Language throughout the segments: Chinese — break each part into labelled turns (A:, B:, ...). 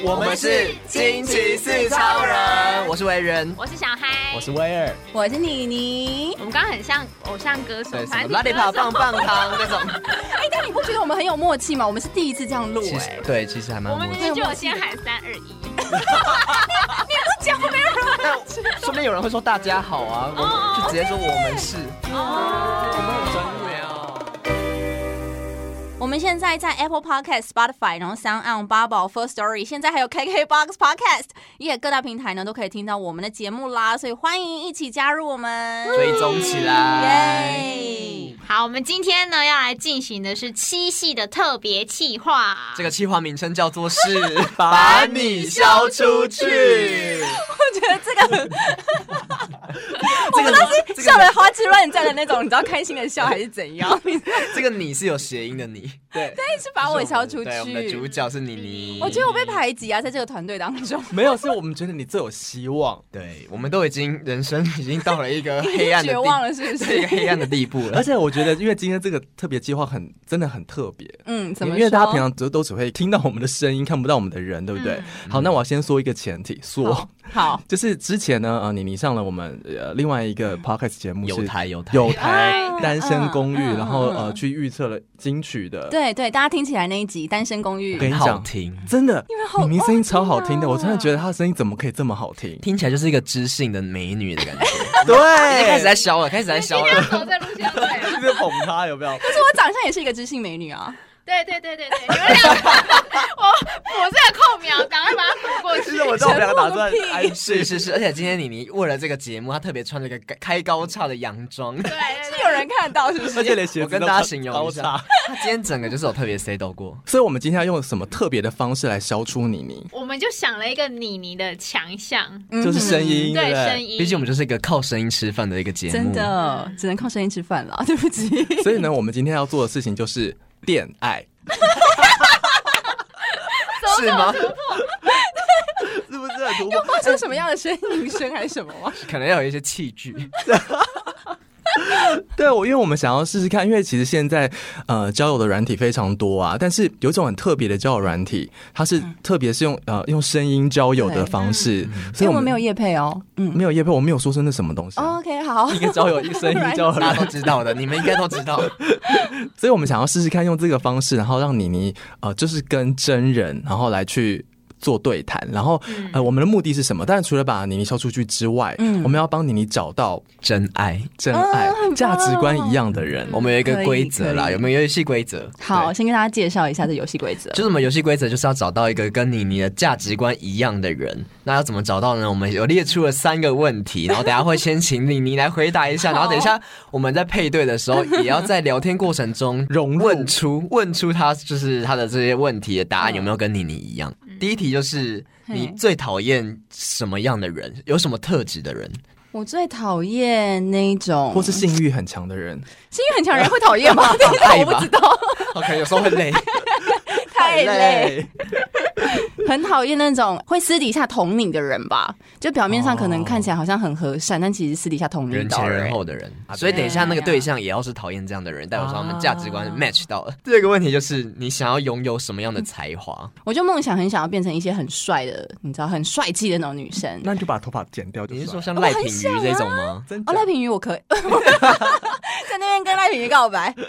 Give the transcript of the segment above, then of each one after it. A: 我
B: 我们是惊奇四超人，我是维人，
C: 我是小嗨，
A: 我是威尔，
D: 我是妮妮。
C: 我们刚刚很像偶像歌手
B: 对，，什
C: 反
B: 么
C: 正
B: 拉力跑棒棒糖那种，
D: 哎、但你不觉得我们很有默契吗？我们是第一次这样录、
B: 其
D: 哎
B: 实，对，其实还蛮
C: 我
B: 默
C: 们明
B: 契。
C: 明就有先喊三二一，
B: 但说不定有人会说大家好啊，我
C: 哦
B: 们就直接说我们是，
C: 哦，
B: 我们很专业哦。
D: 我们现在在 Apple Podcast、Spotify，然后 Sound On、八宝、First Story，现在还有 KKBox Podcast，也各大平台呢都可以听到我们的节目啦，所以欢迎一起加入我们，
B: 追踪起来，
D: 耶！
C: 好，我们今天呢要来进行的是七系的特别企划，
B: 这个企划名称叫 做是把你消出去，
D: 我觉得这个
B: 这个这
D: 笑
B: 个
D: 得花枝乱颤的那种，你知道开心的笑还是 怎样？你
B: 这个你是有谐音的你，对，
D: 是把我消出
B: 对，我们的主
D: 去。
B: 角是妮妮，
D: 我觉得我被排挤啊，在这个团队当中，
A: 没有，是我们觉得你最有希望，
B: 对，我们都已经人生已经到了一个黑暗的
D: 绝
B: 地，
D: 望了是不
B: 对一个
D: 是？
B: 黑暗的地步
A: 而
B: 了。
A: 且我觉得，因为今天这个特别计划很真的很特别。
D: 嗯，怎么说？
A: 因为大家平常都都只会听到我们的声音，看不到我们的人，对不对？好，那我要先说一个前提，说
D: 嗯好好， 嗯
A: 就是之前呢，呃，你你上了我们呃另外一个 podcast 节目是
B: 有台有台
A: 有台
C: 哎
D: 啊
A: 单身公寓，
D: 嗯嗯
A: 然后
D: 嗯
A: 呃
D: 嗯
A: 去预测了金曲 的，
D: 对对，大家听起来那一集《单身公寓
A: 跟》，
B: 很好听，
A: 真的
D: 为好，啊
A: 明明声音超好听的，
D: 哇
A: 我真的觉得她的声音怎么可以这么好听？
B: 听起来就是一个知性的美女的感觉。已经开始在
A: 对，
B: 消了，开始在
C: 今
B: 消
C: 天要
B: 了。
C: 走在路上，对
A: 一直捧她有没有？
D: 可是我长相也是一个知性美女啊。
C: 对对对对对，你们俩，我我这个空秒，赶快把它补过 去
A: 其。实我知道我们俩打算
D: 全部个屁
A: 安
B: 是是
A: 是
B: 是，而且今天妮妮为了这个节目，她特别穿了一个开高叉的洋装。
C: 对对
D: 是有人看到是不
A: 而且
D: 是？
A: 连鞋
B: 我
A: 子
B: 跟
A: 都
B: 大家形容
A: 高
B: 一下
A: 叉，
B: 她今天整个就是有特别 say 到过，
A: 所以我们今天要用什么特别的方式来消除妮妮？
C: 我们就想了一个妮妮的强项，
B: 嗯
A: 就是声
D: 嗯
A: 音，
C: 对
A: 不
C: 声音，
B: 毕竟我们就是一个靠声音吃饭的一个节目。
D: 真，的只能靠声音吃饭了，对 不起。
A: 所以呢，我们今天要做的事情就是恋爱，
C: 走
B: 是吗
C: 走突破，
A: 是不是很突破？
D: 发出什么样的声音声还是什么吗？
B: 可能要有一些器具。
A: 对，啊我因为我们想要试试看，因为其实现在呃交友的软体非常多啊，但是有一种很特别的交友软体，它是特别是用呃用声音交友的方式，所
D: 所以
A: 以
D: 我
A: 嗯我
D: 们
A: 们
D: 没有夜配哦。嗯哦
A: 没有叶配，我没有说是那什么东西啊、
D: ，OK，好。
A: 一个交友，一个声音交友
B: 大
A: 软
B: 家
A: 体，
B: 都知道的，你们应该都知道。
A: 所以我们想要试试看用这个方式，然后让妮妮呃就是跟真人，然后来去。做对谈，然后呃，我们的目的是什么？当然，除了把妮妮消出去之外，
D: 嗯
A: 我们要帮妮妮找到
B: 真爱，
A: 真爱
D: 啊、很棒
A: 价值观一样的人。
B: 我们有一个规则啦，
D: 嗯可以可以
B: 有没有游戏规则？
D: 好，
B: 对，
D: 先跟大家介绍一下这游戏规则。
B: 就是我们游戏规则就是要找到一个跟你你的价值观一样的人。那要怎么找到呢？我们有列出了三个问题，然后等一下会先请你你来回答一下，然后等一下我们在配对的时候，也要在聊天过程 中
A: 融入
B: 问出问出他就是他的这些问题的答案有没有跟你你一样。第一题就是
D: 嗯嘿
B: 你最讨厌什么样的人？有什么特质的 人？
D: 我最讨厌那种，
A: 或是性欲很强的人，
D: 心很强的人会讨厌吗？这个
B: 爱
D: 我
B: 吧
D: 不知道，
B: o k 有时候会累。
D: 太累。，很讨厌那种会私底下捅你的人吧？就表面上可能看起来好像很和善，但其实私底下捅你
B: 人
D: 到
B: 前
D: 人
B: 人后的人，所以等一下那个对象也要是讨厌这样的人，代表说他们价值观 match 到了。第二个问题就是你想要拥有什么样的才华？
D: 我就梦想很想要变成一些很帅的，你知道，很帅气的那种女生。哦
A: 那你就把头发剪掉就
B: 你是说
A: 算了
B: 像赖品妤这种吗？
A: 真假
D: 哦，赖品妤我可以 在那边跟赖品妤告白。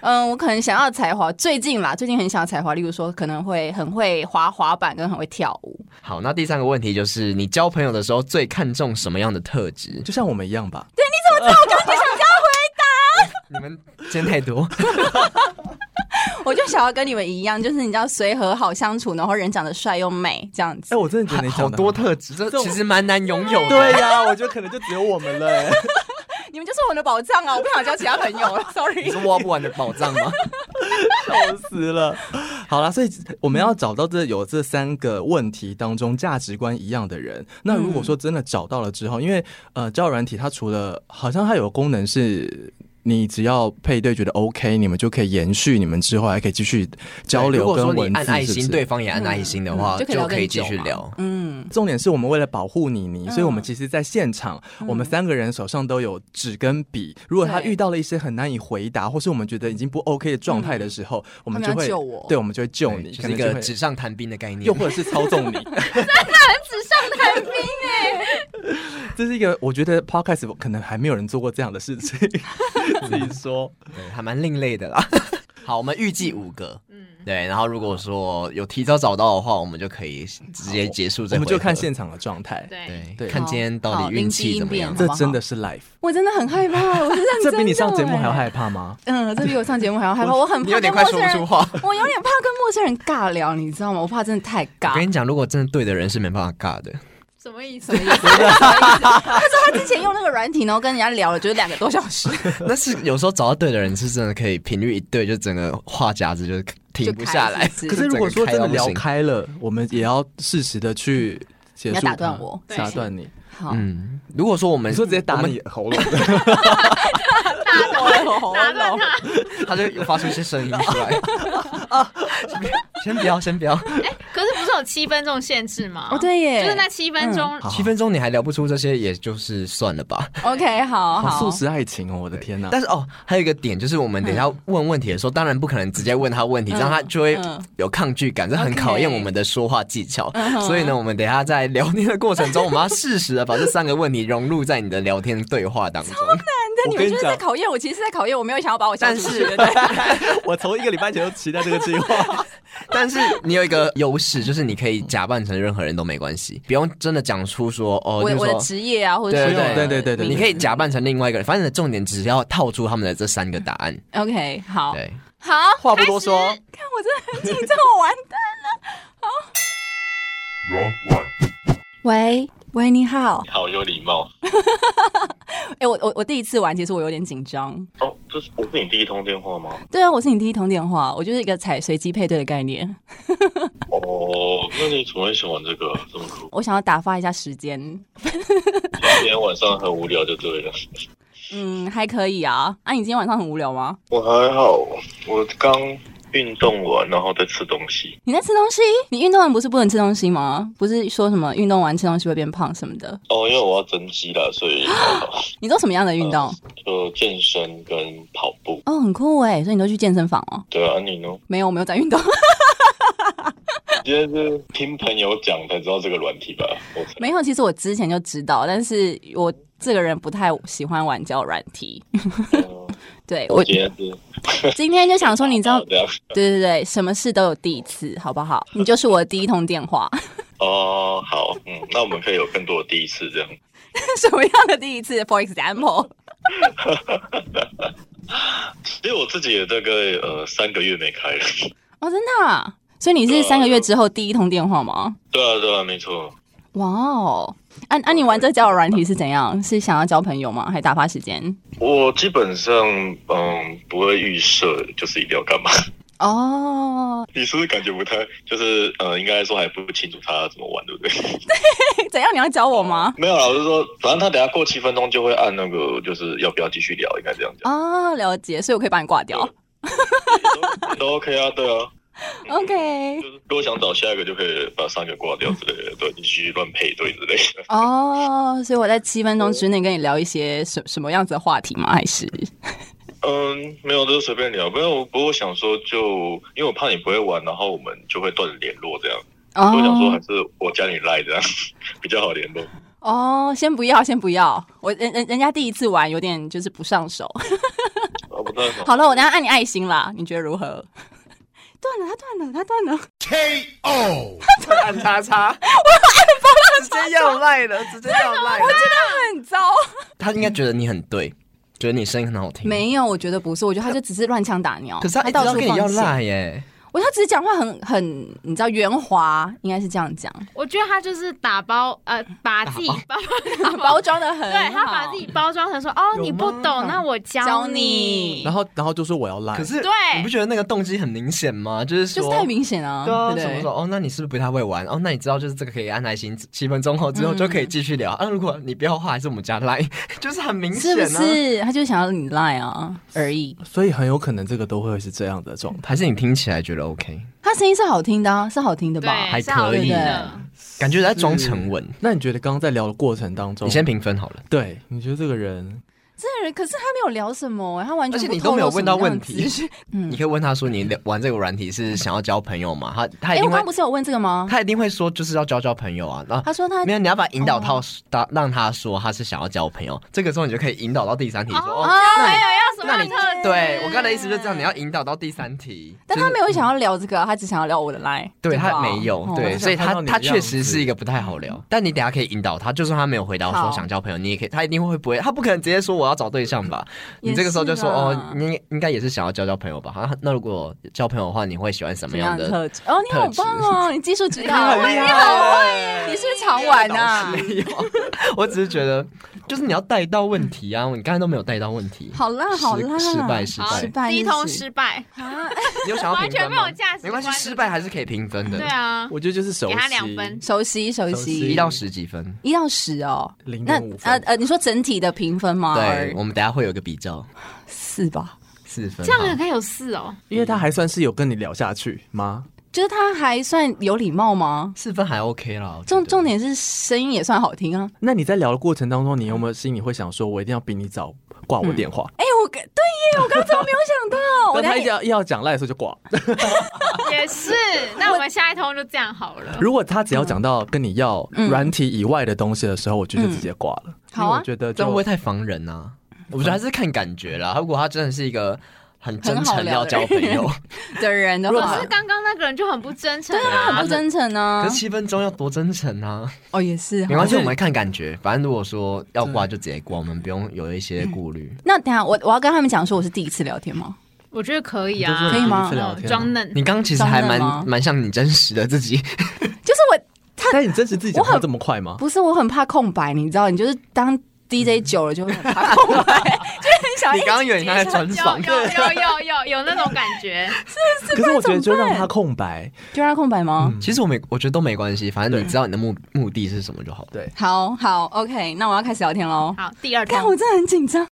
D: 嗯，我可能想要才华，最近啦，最近很想要才华，例如说可能会很会滑滑板跟很会跳舞。
B: 好，那第三个问题就是你交朋友的时候最看重什么样的特质？
A: 就像我们一样 吧？
B: 你们见太多，
D: 我就想要跟你们一样，就是你知道随和好相处，然后人长得帅又美这样子。
A: 哎，我真的觉得你
B: 好
A: 讲得
B: 多
A: 很
B: 特质，这
A: 这种
B: 其实蛮难拥有的。
A: 对呀，我觉得可能就只有我们了。哎
D: 你们就是我的宝藏啊！我不想交其他朋友 了，sorry
B: 你是。挖不完的宝藏吗？
A: 笑死了。好啦，所以我们要找到这有这三个问题当中价值观一样的人。那如果说真的找到了之后，因为呃，交友软体它除了好像它有个功能是。你只要配对觉得 OK，你们就可以延续你们之后还可以继续交
B: 对如
A: 流
B: 果
A: 跟
B: 说
A: 文
B: 你
A: 字
B: 按爱
A: 是不
B: 心，
A: 是
B: 对方也按爱心的话，
D: 嗯就可以聊
B: 可以
D: 更久
B: 继续
D: 嘛
B: 聊。
D: 嗯，
A: 重点是我们为了保护妮妮，
E: 嗯
A: 所以我们其实在现场，我
D: 嗯
A: 们三个人手上都有纸跟笔。如果他
E: 对
A: 遇到了一些很难以回答，或是我们觉得已经不 OK 的状态的时候，我们
D: 他
A: 就
D: 们要
A: 会
D: 救我
A: 对，我们就会救
B: 对
A: 你，
B: 就是
A: 可
B: 一
A: 能就
B: 个
A: 会
B: 纸上谈兵的概念
A: 又。或者是操纵 你。
E: 纸上谈兵
A: 这是一个我觉得 podcast 可能还没有人做过这样的 事情，自己说。
B: 对，还蛮另类的啦。 好，我们预计五个，
C: 嗯，
B: 对，然后如果说有提早找到的话，我们就可以直接结束这回
A: 我
B: 合
A: 们就看现场的状态。
C: 对，
B: 对
A: 对
B: 看今天到
E: 好
B: 底运气怎么样
E: 灵机。
A: 这真的是 life，
D: 我真的很害怕，我是认 真
A: 这比你上节目还要
D: 要
A: 害怕吗？
D: 嗯，这比我上节目还 要害怕，我很
B: 你
D: 怕
B: 有点
D: 跟
B: 快
D: 陌
B: 说
D: 生
B: 不出
D: 人，
B: 话。
D: 我有点怕跟陌生人尬聊，你知道吗？我怕真的太
B: 我
D: 尬
B: 跟。你讲，如果真的对的人是没办法尬 的，
C: 什么意思？
E: 他之前用那个软体，然后跟人家聊了就是两个多小 时，
B: 但是有时候找到对的人是真的可以频率一对，就整个话匣子就停不下来。
E: 就开
A: 可是如果说真的
B: 就
A: 聊
B: 整个开到
A: 开了，我们也要适时的去结束它。
E: 你要打断我
C: 对
A: 打断你，
D: 好
B: 不行，嗯，如果说我们
A: 你说直接打
B: 我们
A: 你喉咙，
C: 打断他。
B: 他就发出一些声音出 来。
A: 哦
B: 先不要，先不要，
C: 可是不是有七分钟限制吗？
D: 哦，，对嗯耶，
C: 就是那七分钟。
A: 好
B: 七分钟你还聊不出这些，也就是算了吧。
D: OK，好
A: 好
D: 好
A: 素，食爱情哦，我的天哪！
B: 但是哦，还有一个点就是，我们等一下问问题的时候，当然不可能直接问他问题，这样他就会
D: 嗯
B: 有抗拒感，这很
D: OK
B: 考验我们的说话技巧。所以呢，我们等一下在聊天的过程中，我们要适时的把这三个问题融入在你的聊天对话当中。
D: 但你
A: 我
D: 们
A: 跟
D: 就是
A: 你
D: 在
A: 讲，
D: 考验我，其实是在考验我，没有想要把我消
B: 但
D: 出
B: 是
D: 去，对不对
A: 我从一个礼拜前就期待这个计划。
B: 但是你有一个优势，就是你可以假扮成任何人都没关系，不用真的讲出说哦，
E: 我
B: 就是
E: 我的
B: 说
E: 职业啊，或者
B: 对
E: 是
B: 对对
A: 对对对
B: 你可以假扮成另外一个人，反正你的重点只要套出他们的这三个答案。
E: OK 好
B: 对，
E: 好
A: 话不多说，
D: 我真的很紧张，我完蛋了。好，喂喂，你好，
F: 你好有礼貌
D: 哎、我我我第一次玩，其实我有点紧张。
F: 哦，这是不是你第一通电话吗？
D: 对啊，我是你第一通电话，我就是一个采随机配对的概念，
F: 哦，那你怎么会喜欢这个这么酷？
D: 我想要打发一下时间。
F: 今天晚上很无聊就对了。
D: 嗯，还可以啊。啊，你今天晚上很无聊吗？
F: 我还好，我刚运动完，然后再吃东西。
D: 你在吃东西？你运动完不是不能吃东西吗？不是说什么运动完吃东西会变胖什么的？
F: 哦，因为我要增肌啦，所以还 好
D: 你做什么样的运动？
F: 就健身跟跑步。
D: 哦，很酷哎！所以你都去健身房哦？
F: 对啊，你呢？
D: 没有，我没有在运动，
F: 今天是听朋友讲才知道这个软体吧？我才
D: 没有。其实我之前就知道，但是我这个人不太喜欢玩交友软体。
F: 嗯
D: 对 我
F: 今天是
D: 今天就想说，你知道
F: 哦，这样
D: 对对对，什么事都有第一次，好不好？你就是我的第一通电话，
F: 哦，好，嗯，那我们可以有更多的第一次这样。
D: 什么样的第一次？For example，
F: 其实我自己也大概呃三个月没开了。
D: 哦，真的啊、所以你是三个月之后第一通电话吗？
F: 对啊，对啊，没错。
D: 哇哦！啊啊！你玩这交友软体是怎样？是想要交朋友吗？还打发时间？
F: 我基本上嗯不会预设，就是一定要干嘛。
D: 哦，
F: 你是不是感觉不太就是呃，应该说还不清楚他怎么玩，对不对？
D: 怎样？你要教我吗？
F: 没有啦，我是说，反正他等下过七分钟就会按那个，就是要不要继续聊，应该这样 讲。
D: 哦，了解，所以我可以把你挂 掉。
F: 都都 OK 啊，对啊。嗯
D: OK，
F: 就是如果想找下一个，就可以把上一个挂掉之类的，对，你继续乱配对之类的。
D: 哦，所以我在七分钟之内跟你聊一些什什么样子的话题吗？还是
F: 嗯，没有，都是随便聊。不过我不过我想说就，因为我怕你不会玩，然后我们就会断联络这样。所以我想说，还
D: 哦
F: 是我加你赖这样 比较好联络。
D: 哦，先不要，先不要，我人人人家第一次玩有点就是不上手。
F: 啊，不太好。
D: 好了，我等一下按你爱心啦，你觉得如何？断了，他断了，他断了，
B: 按叉叉，直接要赖了，直接要赖了。
D: 很糟。
B: 他应该觉得你很对，觉得你声音很好听。，
D: 没有，我觉得不是，我觉得他就只是乱枪打鸟。
B: 可是他一直
D: 到
B: 要
D: 处
B: 跟你要
D: 放线
B: 赖耶。
D: 我他只是讲话很很，你知道圆滑，应该是这样 讲，
C: 我觉得他就是打包呃，把自己包，
D: 包装的很好。
C: 对他把自己包装成说哦，你不懂，那我
D: 教
C: 教
D: 你
A: 然后，然后就说我要 lie，
B: 可是
C: 对
B: 你不觉得那个动机很明显吗？就是
D: 哎就
B: 说
D: 是太明显了，
B: 对啊，
D: 对
B: 什么
D: 不
B: 说
D: 对？
B: 哦，那你是不是不太会玩？哦，那你知道就是这个可以按爱心，七分钟后之后
D: 嗯
B: 就可以继续聊。啊，如果你不要的话，还是我们加 line，就是 很明
D: 是
B: 显
D: 不
B: 啊。
D: 是？他就想要你赖啊而已。
A: 所以很有可能这个都会是这样的状态。
B: 还是你听起来觉得 OK？
D: 他声音是好听的、啊，是好听的吧？
C: 对，
B: 还
C: 哎是好
B: 可
D: 以
C: 听
D: 对
C: 的
B: 感觉在装沉稳。
A: 嗯那你觉得刚刚在聊的过程当中，
B: 你先评分好了，
A: 对，你觉得这个人
D: 这人可是他没有聊什么，欸他完
B: 而
D: 全
B: 且
D: 不
B: 你
D: 透
B: 都
D: 露
B: 没有
D: 什
B: 问
D: 么
B: 到
D: 样嗯的
B: 问题
D: 资 讯。，
B: 你可以问他说你聊玩这个软体是想要交朋友吗？他他
D: 哎、
B: 一定
D: 我刚
B: 会
D: 刚不是有问这个吗？
B: 他一定会说就是要交交朋友啊。那
D: 他说他
B: 没有，你要把引导到
D: 哦
B: 到让他说他是想要交朋友，这个时候你就可以引导到第三题说
C: 哦
B: 哦，
C: 没有要什么
B: 那
C: 样
B: 你
C: 的特质？
B: 对我刚才的意思就是这样，你要引导到第三题。
D: 但他
B: 就是
D: 没有想要聊这个，啊他只想要聊我的 line 吧。
B: 对他没有
D: 哦
B: 对，
A: 想
B: 所以
A: 看
B: 他
A: 到你的
B: 他确
A: 样子
B: 实是一个不太好聊。但你等下可以引导他，就算他没有回答我
D: 好
B: 说想交朋友，你也可以，他一定会不会，他不可能直接说我要找对象吧？
D: 也
B: 你这个时候就说
D: 是啦
B: 哦，你应该也是想要交交朋友吧？啊，那如果交朋友的话，你会喜欢什么
D: 什么样
B: 样
D: 的
B: 的？
D: 特质？哦，你好
B: 特质
D: 棒哦，你技术 指导，
A: 厉
D: 害，你是不是常玩啊？
B: 没有， 我只是觉得就是你要带到问题啊，你刚才都没有带到问题。
D: 好啦，
B: 失
D: 好啦，
B: 失败失
C: 好
D: 失
B: 败，
D: 败
C: 第一通失败，
B: 你有想要评
C: 完全
B: 分
C: 没
B: 吗
C: 有？价值
B: 没关系，
C: 观
B: 失败还是可以评分的。
C: 对，啊，
A: 我觉得就是熟悉，
C: 给他两分，
D: 熟悉熟
A: 熟悉
D: 悉
B: 一到十几分。
D: 一到十哦。
A: 零
D: 那
A: 点五
D: 呃
A: 分。
D: 呃，你说整体的评分吗？
B: 对，我们等一下会有一个比较，
D: 四吧，
B: 四分。
C: 这样
B: 好
C: 也可以有四哦。
A: 因为他还算是有跟你聊下去吗？
D: 就是他还算有礼貌吗？
B: 四分还 OK 啦。我觉得
D: 重重点是声音也算好听啊。
A: 那你在聊的过程当中，你有没有心里会想说，我一定要比你早挂
C: 嗯
A: 我电话？
D: 哎，我对耶，我刚才没有想 到，哦我
A: 但他
D: 等
A: 一
D: 一下
A: 要要讲赖的时候就挂。
C: 也 是，那我们下一通就这样好了。
A: 如果他只要讲到跟你要
C: 嗯
A: 软体以外的东西的时候，我就就直接挂了。因为
D: 好啊
A: 我觉得
B: 这
A: 就
B: 样会不会太防人啊？我觉得还是看感觉啦。如果他真的是一个很真
D: 很好
B: 诚
D: 聊
B: 要
D: 的
B: 交朋友，
D: 的人的
C: 可
D: 话
C: 是，刚刚那个人就很不真诚
D: 他
C: 啊
D: 很不，真诚
B: 可
D: 啊
B: 是。七分钟要多真诚啊？
D: 哦，也是哈
B: 没。关系，我们看感觉。反正如果说要
D: 嗯
B: 挂就直接挂，我们不用有一些顾虑。
D: 那等一下我我要跟他们讲说我是第一次聊天吗？
C: 我觉得可以
A: 就是
C: 啊，
D: 可以吗
A: 第一次聊天啊
C: 装嫩，
B: 你刚刚其实还
D: 嗯装嫩吗
B: 蛮蛮像你真实的自 己，
D: 就是我
A: 但你真实自己讲
D: 我
A: 话
D: 很
A: 这么快吗？
D: 不是我很怕空白，你知道，你就是当
B: 嗯
D: DJ 久了就会很怕空白， 就很想
B: 你刚刚有点像在专
C: 有
B: 访。
C: 有有有有有那种感 觉，
A: 可是我觉得就
D: 怎么办
A: 让他空白，
D: 就让他空白吗？
B: 其实我没，我觉得都没关系，反正你
A: 对
B: 知道你的目目的是什么就好。
A: 对，
D: 好好，OK，那我要开始聊天喽。
C: 好，第二
D: 看我
C: 通，
D: 真的很紧张。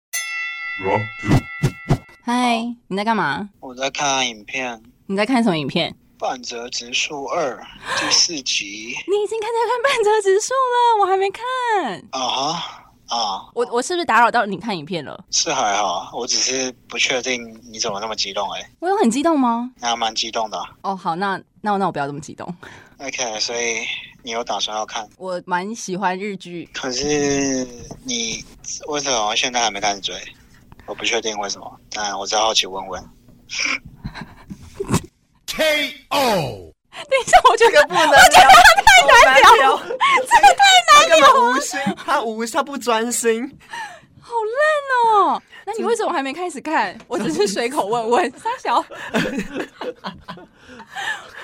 D: 嗨，你在干嘛？
G: 我在看影片《
D: 你在看什么影片？
G: 半泽直树二》第四集。
D: 你已经开始看半泽直树了，我还没看。
G: 啊哈啊，
D: 我我是不是打扰到你看影片了？
G: 是还好，我只是不确定你怎么那么激动哎、
D: 我有很激动吗？
G: 那还蛮激动的啊。
D: 哦，好，那那那我不要这么激动。
G: OK，所以你有打算要看，
D: 我蛮喜欢日剧，
G: 可是你为什么现在还没开始追？我不确定为什么，但我只好奇问问。
D: 等一下，我觉得
B: 不能聊，太难聊，这个太难聊。他根本无心，他无他不专心。
D: 好烂哦、那你为什么还没开始看？我只是随口问 问。傻小，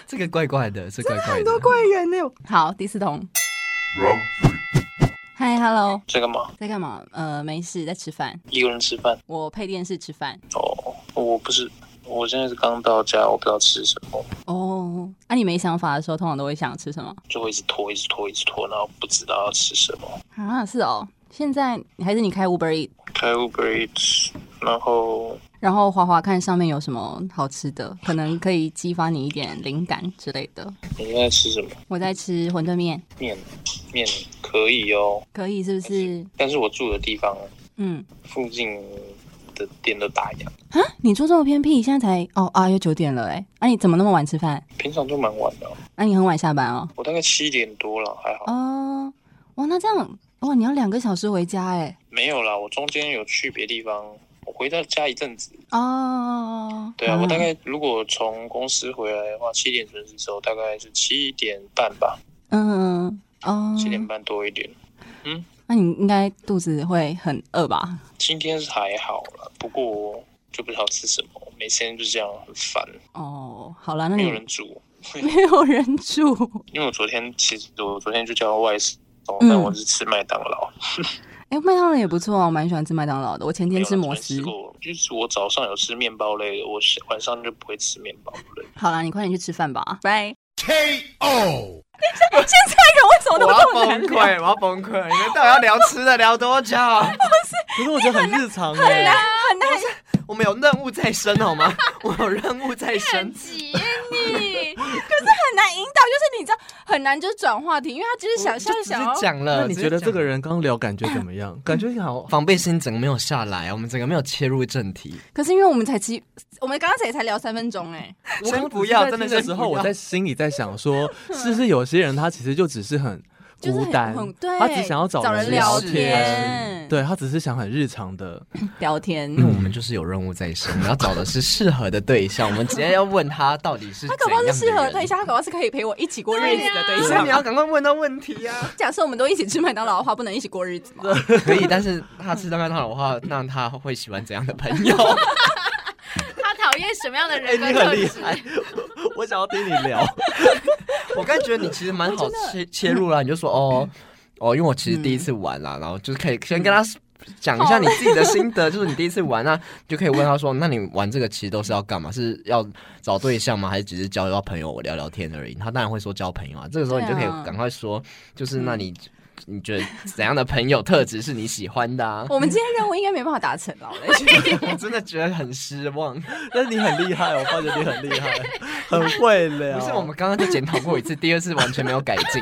B: 这个怪怪的，这怪怪的。
D: 人呢。好，第四通。嗨，Hello，
G: 这个吗？
D: 在干嘛？呃，没事，在吃饭。
G: 一个人吃饭？
D: 我配电视吃饭。
G: 哦，我不是，我现在是刚到家，我不知道吃什么，
D: 哦，那你没想法的时候，通常都会想吃什么
G: 就会一直拖，一直拖，一直拖，然后不知道要吃什么。
D: 啊？是哦，现在还是你开 Uber Eat，
G: 开 Uber Eats，然后
D: 然后滑滑看上面有什么好吃的，可能可以激发你一点灵感之类的。
G: 你在吃什么
D: 我在吃馄饨面，
G: 面？面可以哦，
D: 可以是不是？
G: 但是我住的地方
D: 嗯，
G: 附近的店都打烊，
D: 你住这么偏僻，现在才哦啊，又九点了哎，啊你怎么那么晚吃饭？
G: 平常都蛮晚的哦，
D: 啊你很晚下班哦？
G: 我大概七点多了，还好。
D: 哦，哇，那这样哇，你要两个小时回家哎。
G: 没有啦，我中间有去别地方，我回到家一阵子。
D: 哦，
G: 对啊，我大概如果从公司回来的话，七点准时走，大概是七点半吧，
D: 嗯哦，
G: 七点半多一点。
D: 那你应该肚子会很饿吧？
G: 今天是还好啦，不过就不知道吃什么，每天就这样很烦，
D: 哦，好啦，那
G: 没
D: 你
G: 有人煮。
D: 没有人住。
G: 因为我昨天其实我昨天就叫外送，
D: 嗯
G: 但我是吃麦当劳。
D: 哎、麦当劳也不错啊，我蛮喜欢吃麦当劳的。我前
G: 没
D: 天
G: 有
D: 吃
G: 啦
D: 摩
G: 昨天
D: 斯
G: 吃。过，就是我早上有吃面包类的，我是晚上就不会吃面包类。
D: 好啦，你快点去吃饭吧，拜。
B: KO！
D: 为什么
B: 我
D: 都
B: 要
D: 这么
B: 崩
D: 难
B: 溃，我要崩溃！你们到底要聊吃的聊多久？
A: 可是我觉得很日常哎。
B: 我们有任务在身好 吗？我有任务在身
C: 很。急耶你，
D: 很难引导，就是你知道，很难就转话题，因为他就是想象
B: 就直接
D: 想要
B: 讲了。
A: 那你
B: 直接
A: 觉得
B: 讲
A: 这个人刚聊感觉怎么样？感觉好
B: 防备心整个没有下来，我们整个没有切入正题。
D: 可是因为我们才七，我们刚刚才才聊三分钟哎、
A: 我
B: 先
A: 刚
B: 不
A: 只是
B: 要
A: 在
B: 真的
A: 听啊的
B: 先
A: 时
B: 不
A: 候，我
B: 要
A: 在心里在想说，是不是有些人他其实就只是很
D: 就是
A: 孤
D: 很
A: 单
D: 很，对
A: 他只想要
D: 找人
A: 人
D: 聊
A: 天
D: 天，
A: 对他只是想很日常的。
H: 聊天
B: 因为我们就是有任务在身，我们要找的是适合的对象。我们直接要问他到底是
D: 他搞不好是
B: 怎
D: 适
B: 样的
D: 合
B: 人
D: 对，象，他搞不好是可以陪我一起过日子的对
B: 所以
D: 象。
B: 你要赶快问到问题啊！
D: 假设我们都一起吃麦当劳的话，不能一起过日子吗？
B: 可以，但是他吃蛋糕的话，那他会喜欢怎样的朋友？
C: 他讨厌什么样的
A: 哎，
C: 人
A: 你
C: 格
A: 很
C: 特
A: 厉
C: 质？
A: 害， 我想要听你聊。
B: 我刚觉得你其实蛮好 切切入啦，你就说哦哦，因为我其实第一次玩
D: 嗯
B: 啦，然后就是可以先跟他。讲一下你自己的心 得，就是你第一次玩，那你就可以问他说：“那你玩这个其实都是要干嘛？是要找对象吗？还是只是交到朋友，我聊聊天而已？”他当然会说交朋友啊。这个时候你就可以
D: 对啊嗯
B: 赶快说，就是那你你觉得怎样的朋友特质是你喜欢的、啊？
D: 我们今天任务应该没办法达成了， 我在想
B: 我真的觉得很失望。
A: 但是你很厉害，我发觉你很厉 害，很会聊。
D: 啊
B: 不是我们刚刚就检讨过一次，第二次完全没有改进。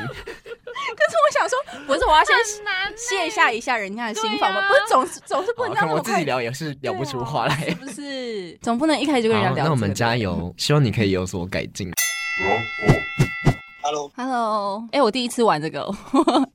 D: 可是我想说，不是我要先
C: 很难呢
D: 卸下一下人家的心防吗？
C: 对啊
D: 不是总是总是不
B: 好
D: 能这
B: 看
D: 样那
B: 我啊
D: 么
B: 自己
D: 快，
B: 聊也是聊不出话 来。
D: 是不是？总不能一开始就跟人家
B: 好，
D: 聊这个。
B: 那我们加油，希望你可以有所改进。
G: Hello，
D: Hello，哎、我第一次玩这个，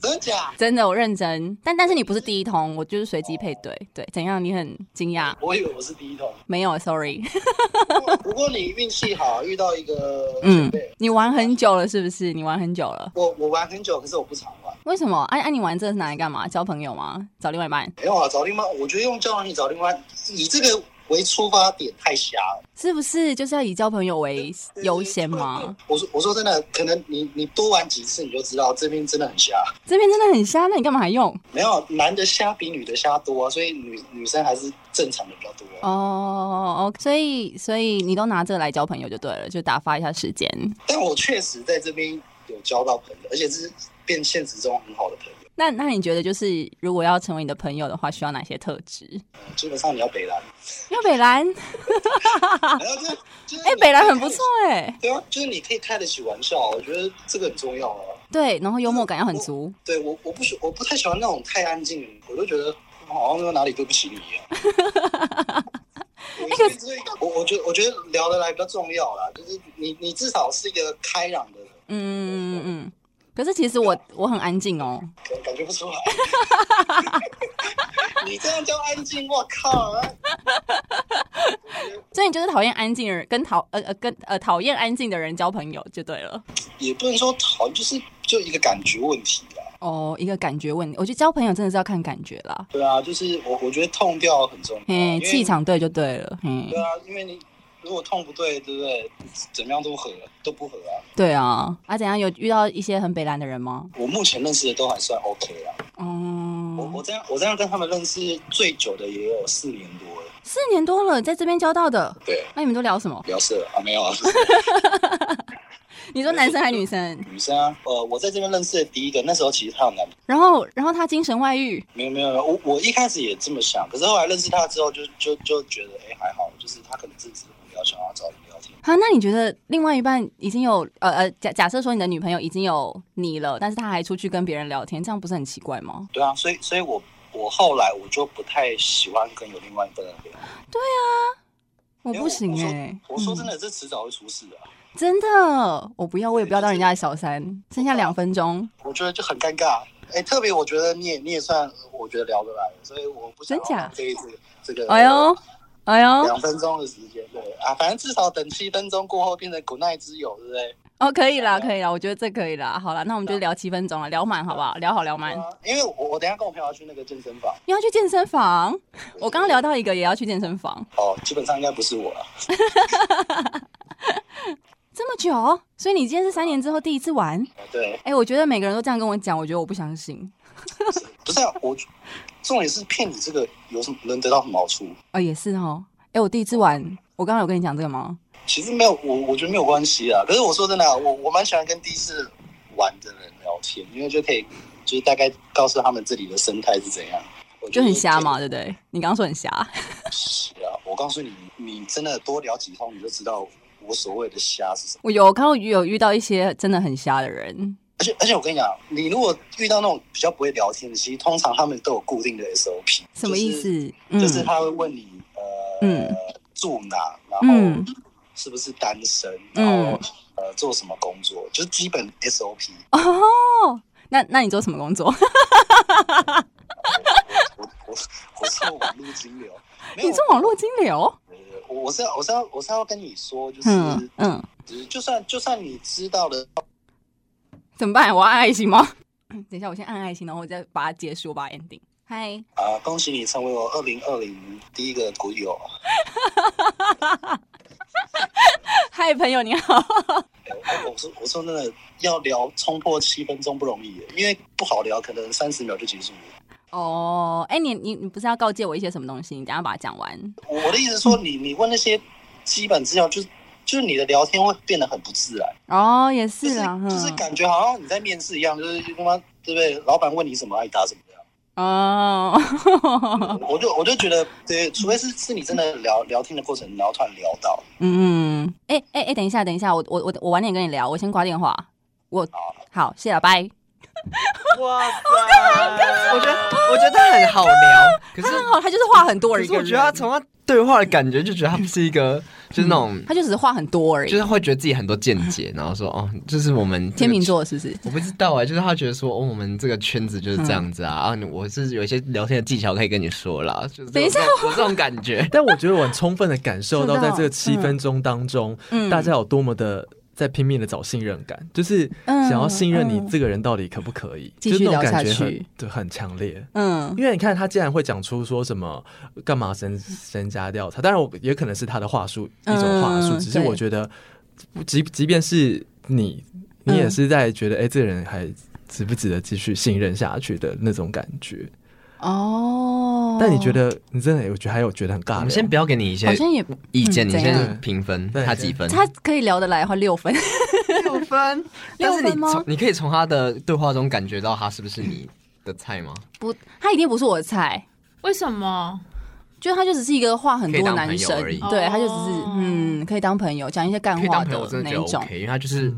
G: 真的假？
D: 真的我认真，但但是你不是第一通，我就是随机配对，对，怎样？你很惊讶？
G: 我以为我是第一桶。
D: 没有，Sorry，
G: 不过不过你运气好，遇到一个前
D: 嗯
G: 辈。，
D: 你玩很久了是不是？你玩很久了，
G: 我我玩很久，可是我不常玩。
D: 为什么？哎、哎、你玩这是拿来干嘛？交朋友吗？找另外一半？
G: 没有啊，找另外，我觉得用交友软件找另外，以这个为出发点太瞎了。
D: 是不是就是要以交朋友为优先吗？
G: 我说我说真的，可能你你多玩几次你就知道，这边真的很瞎。
D: 这边真的很瞎，那你干嘛还用？
G: 没有啊男的瞎比女的瞎多啊，所以女女生还是正常的比较多啊、
D: 哦、o k 所以所以你都拿这个来交朋友就对了，就打发一下时间。
G: 但我确实在这边有交到朋友，而且是变现实中很好的朋友。
D: 那那你觉得就是如果要成为你的朋友的话，需要哪些特质？
G: 嗯基本上你要北蓝，
D: 要北兰，
G: 然后就就是
D: 哎、
G: 你
D: 北兰很
G: 可以
D: 不
G: 开
D: 错
G: 得起。
D: 哎、
G: 对啊，就是你可以开得起玩笑，啊我觉得这个很重要啊。
D: 对，然后幽默感要很足。
G: 对我我不喜我不太喜欢那种太安静的人，我就觉得我好像哪里对不起你一 样。我一直我我觉得我觉得聊得来比较重要啦，就是你你至少是一个开朗的人，
D: 嗯嗯嗯嗯。可是其实我我很安静哦，
G: 可能感觉 不出来。你这样叫安静，我靠、啊！
D: 所以你就是讨厌安静的人，跟讨呃呃跟呃讨厌安静的人交朋友就对了。
G: 也不能说讨厌，就是就一个感觉问题啦。
D: 哦，一个感觉问题，我觉得交朋友真的是要看感觉啦。
G: 对啊，就是我我觉得痛调很重要，哦因
D: 嘿，
G: 为
D: 气。场对就对了。嘿
G: 对，啊，因为你如果痛不对，对不对？怎么样都合都不合啊。
D: 对啊。啊，怎样有遇到一些很北兰的人吗？
G: 我目前认识的都还算 OK 啦。我
D: 哦
G: 我，这样我这样跟他们认识最久的也有四年多了。
D: 四年多了，在这边交到的。
G: 对，
D: 那你们都聊什么？
G: 聊色啊没有啊，
D: 你说男生还是女 生？
G: 女生啊。呃，我在这边认识的第一个，那时候其实她有男朋友，
D: 然后，然后他精神外遇，
G: 没有没有，没有我我一开始也这么想，可是后来认识她之后就，就就觉得哎、还好，就是她可能是只是无聊，想要找人聊天。
D: 啊，那你觉得另外一半已经有呃呃假假设说你的女朋友已经有你了，但是她还出去跟别人聊天，这样不是很奇怪吗？
G: 对啊，所以所以我我后来我就不太喜欢跟有另外一半人聊。
D: 我
G: 因为
D: 不行哎、
G: 我说我说
D: 嗯
G: 真的，这迟早会出事的、啊。
D: 真的，我不要，我也不要当人家的小三。剩下两分钟，
G: 我觉得就很尴尬。哎、特别我觉得你也你也算，呃我觉得聊得来，所以我不想
D: 真假
G: 浪费这一次这个。
D: 哎呦，哎呦，
G: 两分钟的时间，对啊，反正至少等七分钟过后变成古奈之友，对不对？
D: 哦，可以啦，可以啦，我觉得这可以啦。好啦，那我们就聊七分钟了，聊满好不好？聊好聊满
G: 对。啊因为我我等一下跟我朋友要去那个健身房，
D: 你要去健身房，我刚刚聊到一个也要去健身房，
G: 哦，基本上应该不是我了，
D: 这么久，所以你今天是三年之后第一次玩？
G: 哦对，
D: 哎、我觉得每个人都这样跟我讲，我觉得我不相信。
G: 不是、啊、我，重点是骗你这个有什么能得到什么好处？
D: 哦，也是哦。哎，我第一次玩，我刚刚有跟你讲这个吗？
G: 其实没有，我我觉得没有关系啊。可是我说真的啊、我我蛮喜欢跟第一次玩的人聊天，因为就可以就是大概告诉他们这里的生态是怎样。我觉
D: 就
G: 得
D: 很瞎嘛，对不对？你刚刚说很瞎，
G: 是啊，我告诉你，你真的多聊几通，你就知道我所谓的瞎是什么。
D: 我有我看到有遇到一些真的很瞎的人，
G: 而且而且我跟你讲，你如果遇到那种比较不会聊天的，其实通常他们都有固定的 SOP。
D: 什么意？思？
G: 就是、
D: 嗯
G: 就是他会问你呃、
D: 嗯
G: 住哪，然
D: 嗯
G: 后是不是单身，然后呃做什么工作，就是基本 SOP。
D: 哦，那那你做什么工作？
G: 我我我做网络 金流，没有
D: 你做网络金流？
G: 呃我我是要我是要我是要跟你说，就是、
D: 嗯嗯，
G: 就是就算就算你知道了，
D: 怎么办？我按爱心吗？ 等一下，我先按爱心，然后我再把它结束，我把它 ending。
E: 嗨，
G: 啊、恭喜你成为我二零二零第一个股友。
D: 嗨，朋友你好，
G: 哎 我我说我说真的，要聊冲破七分钟不容易耶，因为不好聊，可能三十秒就结束了。
D: 哦，哎，你你你不是要告诫我一些什么东西？你等一下把它讲完。
G: 我我的意思是说，你你问那些基本资料，就是就是你的聊天会变得很不自然，
D: 哦，也是啦，
G: 就是就是
D: 嗯
G: 感觉好像你在面试一样，就是他妈对不对？老板问你什么，啊你答什么这样。
D: 哦，
G: 我就我就觉得，对，除非是是你真的聊聊天的过程，然后突然聊到，
D: 嗯，哎哎哎，等一下，等一下，我我我我晚点跟你聊，我先挂电话。我好，谢了，拜。
A: 哇塞！。
B: 我觉得我觉得他很好 聊，可是
D: 很好，他就是话很多而
B: 可
D: 已。
B: 是我觉得他从他对话的感觉就觉得他不是一个就是那 种。
D: 他就只是话很多而已。
B: 就是会觉得自己很多见解，然后说哦，就是我们这个
D: 天秤座是不是？
B: 我不知道啊、就是他觉得说，哦，我们这个圈子就是这样子啊，啊，我是有一些聊天的技巧可以跟你说啦，就是
D: 嗯等一下
B: 我这种感觉
A: 但我觉得我很充分的感受到，
D: 真的
A: 在
D: 哦
A: 这个七分钟当中，
D: 嗯
A: 大家有多么的在拼命的找信任感，就是想要信任你这个人到底可不可以，
D: 嗯继
A: 就
D: 续
A: 是那种
D: 聊
A: 感
D: 下
A: 觉很
D: 去
A: 对很强烈。
D: 嗯，
A: 因为你看他竟然会讲出说什么干嘛身身家调查，当然我也可能是他的话术一
D: 嗯
A: 种话术，只是
D: 对
A: 我觉得，即即便是你，你
D: 嗯
A: 也是在觉得，哎、这个人还值不值得继续信任下去的那种感觉。
D: 哦。
A: 但你觉得你真的，我觉得还有觉得很尬聊。
B: 我们先不要给你一些
D: 好像也
B: 意见，
D: 嗯
B: 你
D: 怎样
B: 先评分，
A: 对
B: 他几分？
D: 他可以聊得来的话六分，
B: 六分，但是你
D: 六分吗
B: 从你可以从他的对话中感觉到他是不是你的菜吗？
D: 不，他一定不是我的菜。
C: 为什么？
D: 就他就只是一个话很多的男生
B: 可以当朋友而
C: 已
D: 对，他就只是
C: 哦
D: 嗯，可以当朋友，讲一些干
B: 可以
D: 话
B: 当朋友，我真的
D: 那
B: 觉得
D: 一种。
B: OK，因为他就是。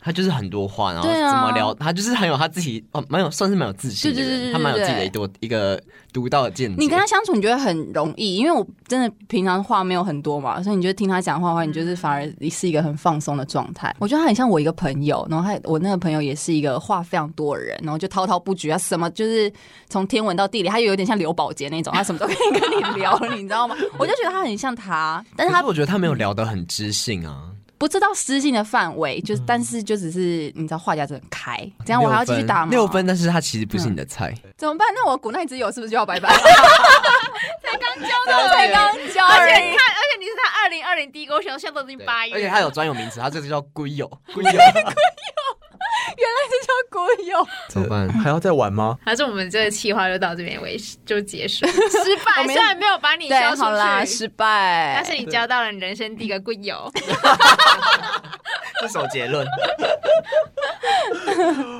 B: 他就是很多话，然后
D: 对
B: 怎
D: 啊
B: 么聊，他就是很有他自己哦，蛮有算是蛮有自信的人，
D: 对对对对
B: 他蛮有自己的
D: 对
B: 一多一个独到的见解。
D: 你跟他相处，你觉得很容易，因为我真的平常话没有很多嘛，所以你就听他讲话的话，
B: 嗯
D: 你就是反而是一个很放松的状态。我觉得他很像我一个朋友，然后他我那个朋友也是一个话非常多的人，然后就滔滔不绝，他什么就是从天文到地理，他又有点像刘宝杰那种，他什么都可以跟你聊， 你知道吗？我就觉得他很像他，
B: 可
D: 但是
B: 是
D: 他
B: 我觉得他没有聊得很知性啊，
D: 不知道私信的范围，就是但是就只是你知道话匣子很开，这样我还要继续打吗？
B: 嗯六分，但是他其实不是你的菜。
D: 怎么办？那我古奈之友是不是就要 拜拜？
C: 交的
D: 才刚交而
C: 而且
D: 已
C: 看，而且你是他二零二零第一个，我想现在都已经
B: 对
C: 八月，
B: 而且他有专有名词，他这个叫“龟友”，嗯 龟友
D: 古友。
B: 怎么办？
A: 还要再玩吗？
C: 还是我们这个企划就到这边为止，就结束， 失败。
D: 我们
C: 虽然没有把你
D: 对
C: 消，出
D: 好啦，
C: 去，
D: 失败。
C: 但是你交到了你人生第一个贵 友。
B: 这首结论，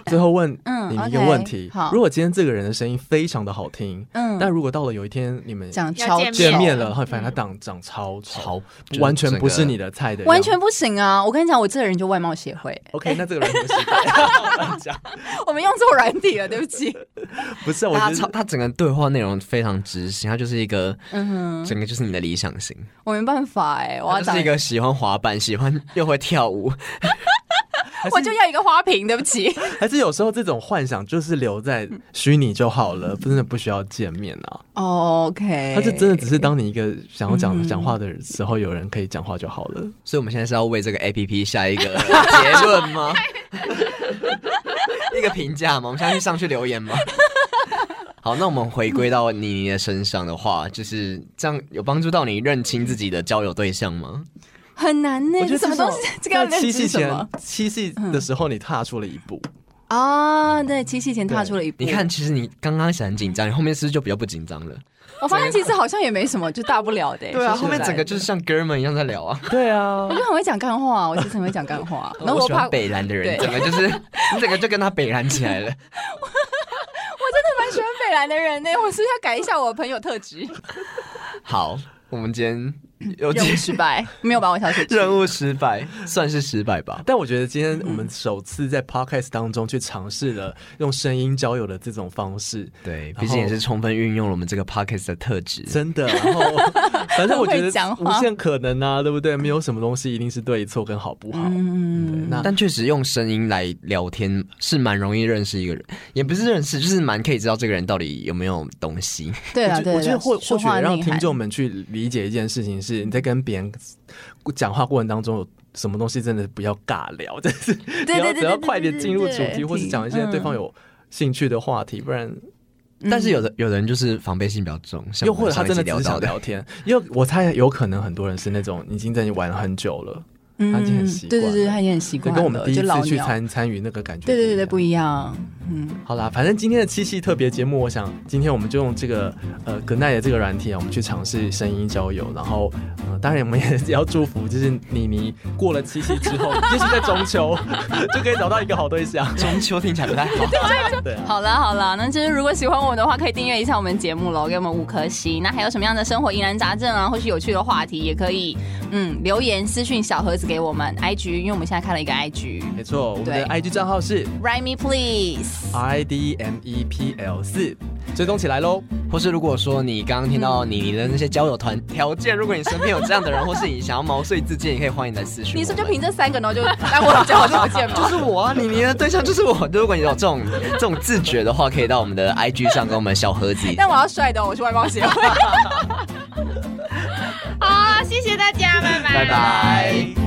A: 最后问
D: 嗯
A: 你们一
D: OK，
A: 个问题：
D: 好
A: 如果今天这个人的声音非常的好听，
D: 嗯
A: 但如果到了有一天你们
D: 讲嗯
C: 要
D: 超
C: 见
A: 见
D: 丑
A: 面了，然后你发现他长长超
B: 潮
A: 丑，完全不是你
B: 的。
A: 的菜的样子，
D: 完全不行啊！我跟你讲，我这个人就外貌协会，
A: OK。那这个人很失败，讲
D: 我们用错软体了，对不起。
A: 不是啊我
B: 他
A: 觉
B: 超
A: 得
B: 他整个对话内容非常知性，他就是一个，
D: 嗯哼，
B: 整个就是你的理想型，
D: 我没办法哎、我
B: 他
D: 要
B: 就
D: 长
B: 是一，个喜欢滑板、喜欢又会跳舞，
D: 我就要一个花瓶，对 不起。
A: 还是有时候这种幻想就是留在虚拟就好了，真的不需要见面啊。
D: o k
A: 他是真的只是当你一个想要讲
D: 哎嗯
A: 讲话的时候，有人可以讲话就好了。
B: 所以我们现在是要为这个 A P P 下一个结论 吗？一个评价吗？我们现在去上去留言 吗？好，那我们回归到妮妮的身上的话，就是这样有帮助到你认清自己的交友对象吗？
D: 很难呢、
A: 我觉得
D: 哎什么
A: 至少
D: 东西？ 这个要
A: 在
D: 认
A: 七
D: 知
A: 夕
D: 什
A: 前
D: 么，嗯
A: 七夕的时候你踏出了一步，
D: 啊？对，七夕前踏出了一步。
B: 你看，，其实你刚刚是很紧张，你后面是不是就比较不紧张了？
D: 我发现其实好像也没什么，就大不了的、欸。说实
B: 啊后面
D: 在
B: 整个就是像哥们一样在聊啊。
A: 对啊
D: 我，就很会讲干话，我其实很会讲干话。然后
B: 哦我喜
D: 怕
B: 欢北兰的人，
D: 对
B: 整个就是你整个就跟他北兰起来了。
D: 蛮 喜欢北兰的人呢、我是不是要改一下我朋友特质？
B: 好，我们今天有
D: 任务失败，没有把我挑选
B: 任务失败， 算是失败吧。
A: 但我觉得今天我
D: 嗯
A: 们首次在 podcast 当中去尝试了用声音交友的这种方式，
B: 对，
A: 后
B: 毕竟也是充分运用了我们这个 podcast 的特质。
A: 真的。然后，反正我觉
D: 会
A: 得
D: 讲
A: 无
D: 话
A: 限可能啊，对不对？没有什么东西一定是对错跟好不好。对
D: 嗯，
A: 那
B: 但确实用声音来聊天是蛮容易认识一个人，也不是认识，就是蛮可以知道这个人到底有没有东西。
D: 对啊，
A: 我觉
D: 对啊
A: 我觉得或
D: 说
A: 或许
D: 话
A: 让
D: 内
A: 听
D: 涵
A: 众们去理解一件事情是，你在跟别人讲话过程当中有。什么东西真的不要尬聊， 但是你
D: 对
A: 要
D: 对
A: 只
D: 对
A: 要
D: 对
A: 快点
D: 对
A: 进入
D: 对嗯
A: 主题，或是讲一些对方有兴趣的话题，不然
B: 但是有的有的人就是防备心比较重，像
A: 嗯又
B: 我们
A: 或者他
B: 上一
A: 真的
B: 集
A: 只
B: 聊
A: 是
B: 到
A: 想聊天，因为我猜有可能很多人是那种已经在你玩很久了，
D: 嗯
A: 他已经很习
D: 对对对，
A: 惯了
D: 他已经很习
A: 就
D: 惯了，
A: 跟我们第一
D: 就老
A: 次去
D: 鸟
A: 参参与那个感觉，
D: 对对对对，不
A: 一样。
D: 一样。嗯，
A: 好啦，反正今天的七夕特别节目，我想今天我们就用这个呃 Good Night 的这个软体啊，我们去尝试声音交友，然后呃，当然我们也也要祝福，就是妮妮过了七夕之后，也许在中秋就可以找到一个好对象。
B: 中秋听起来不太好。
A: 对啊，
E: 好了好了，那就是如果喜欢我们的话，可以订阅一下我们节目喽，给我们五颗星。那还有什么样的生活疑难杂症啊，或是有趣的话题，也可以嗯留言私讯小盒子给我们 IG，因为我们现在开了一个 IG。
A: 没错，我们的
E: 对
A: IG 账号是
E: Write me please。
A: R I D M E P L 四，追踪起来喽。
B: 或是如果说你刚刚听到你你的那些交友团条件，如果你身边有这样的人，或是你想要毛遂自荐，也可以欢迎来私讯。
E: 你说就凭这三个，然后就让我交我条件
B: 就
E: 吗？
B: 是我啊，你你的对象就是我。如果你有这种这种自觉的话，可以到我们的 IG 上跟我们小盒子一起
E: 但我要帅的哦，我是外貌协会。
C: 好，谢谢大家，拜拜，
B: 拜拜。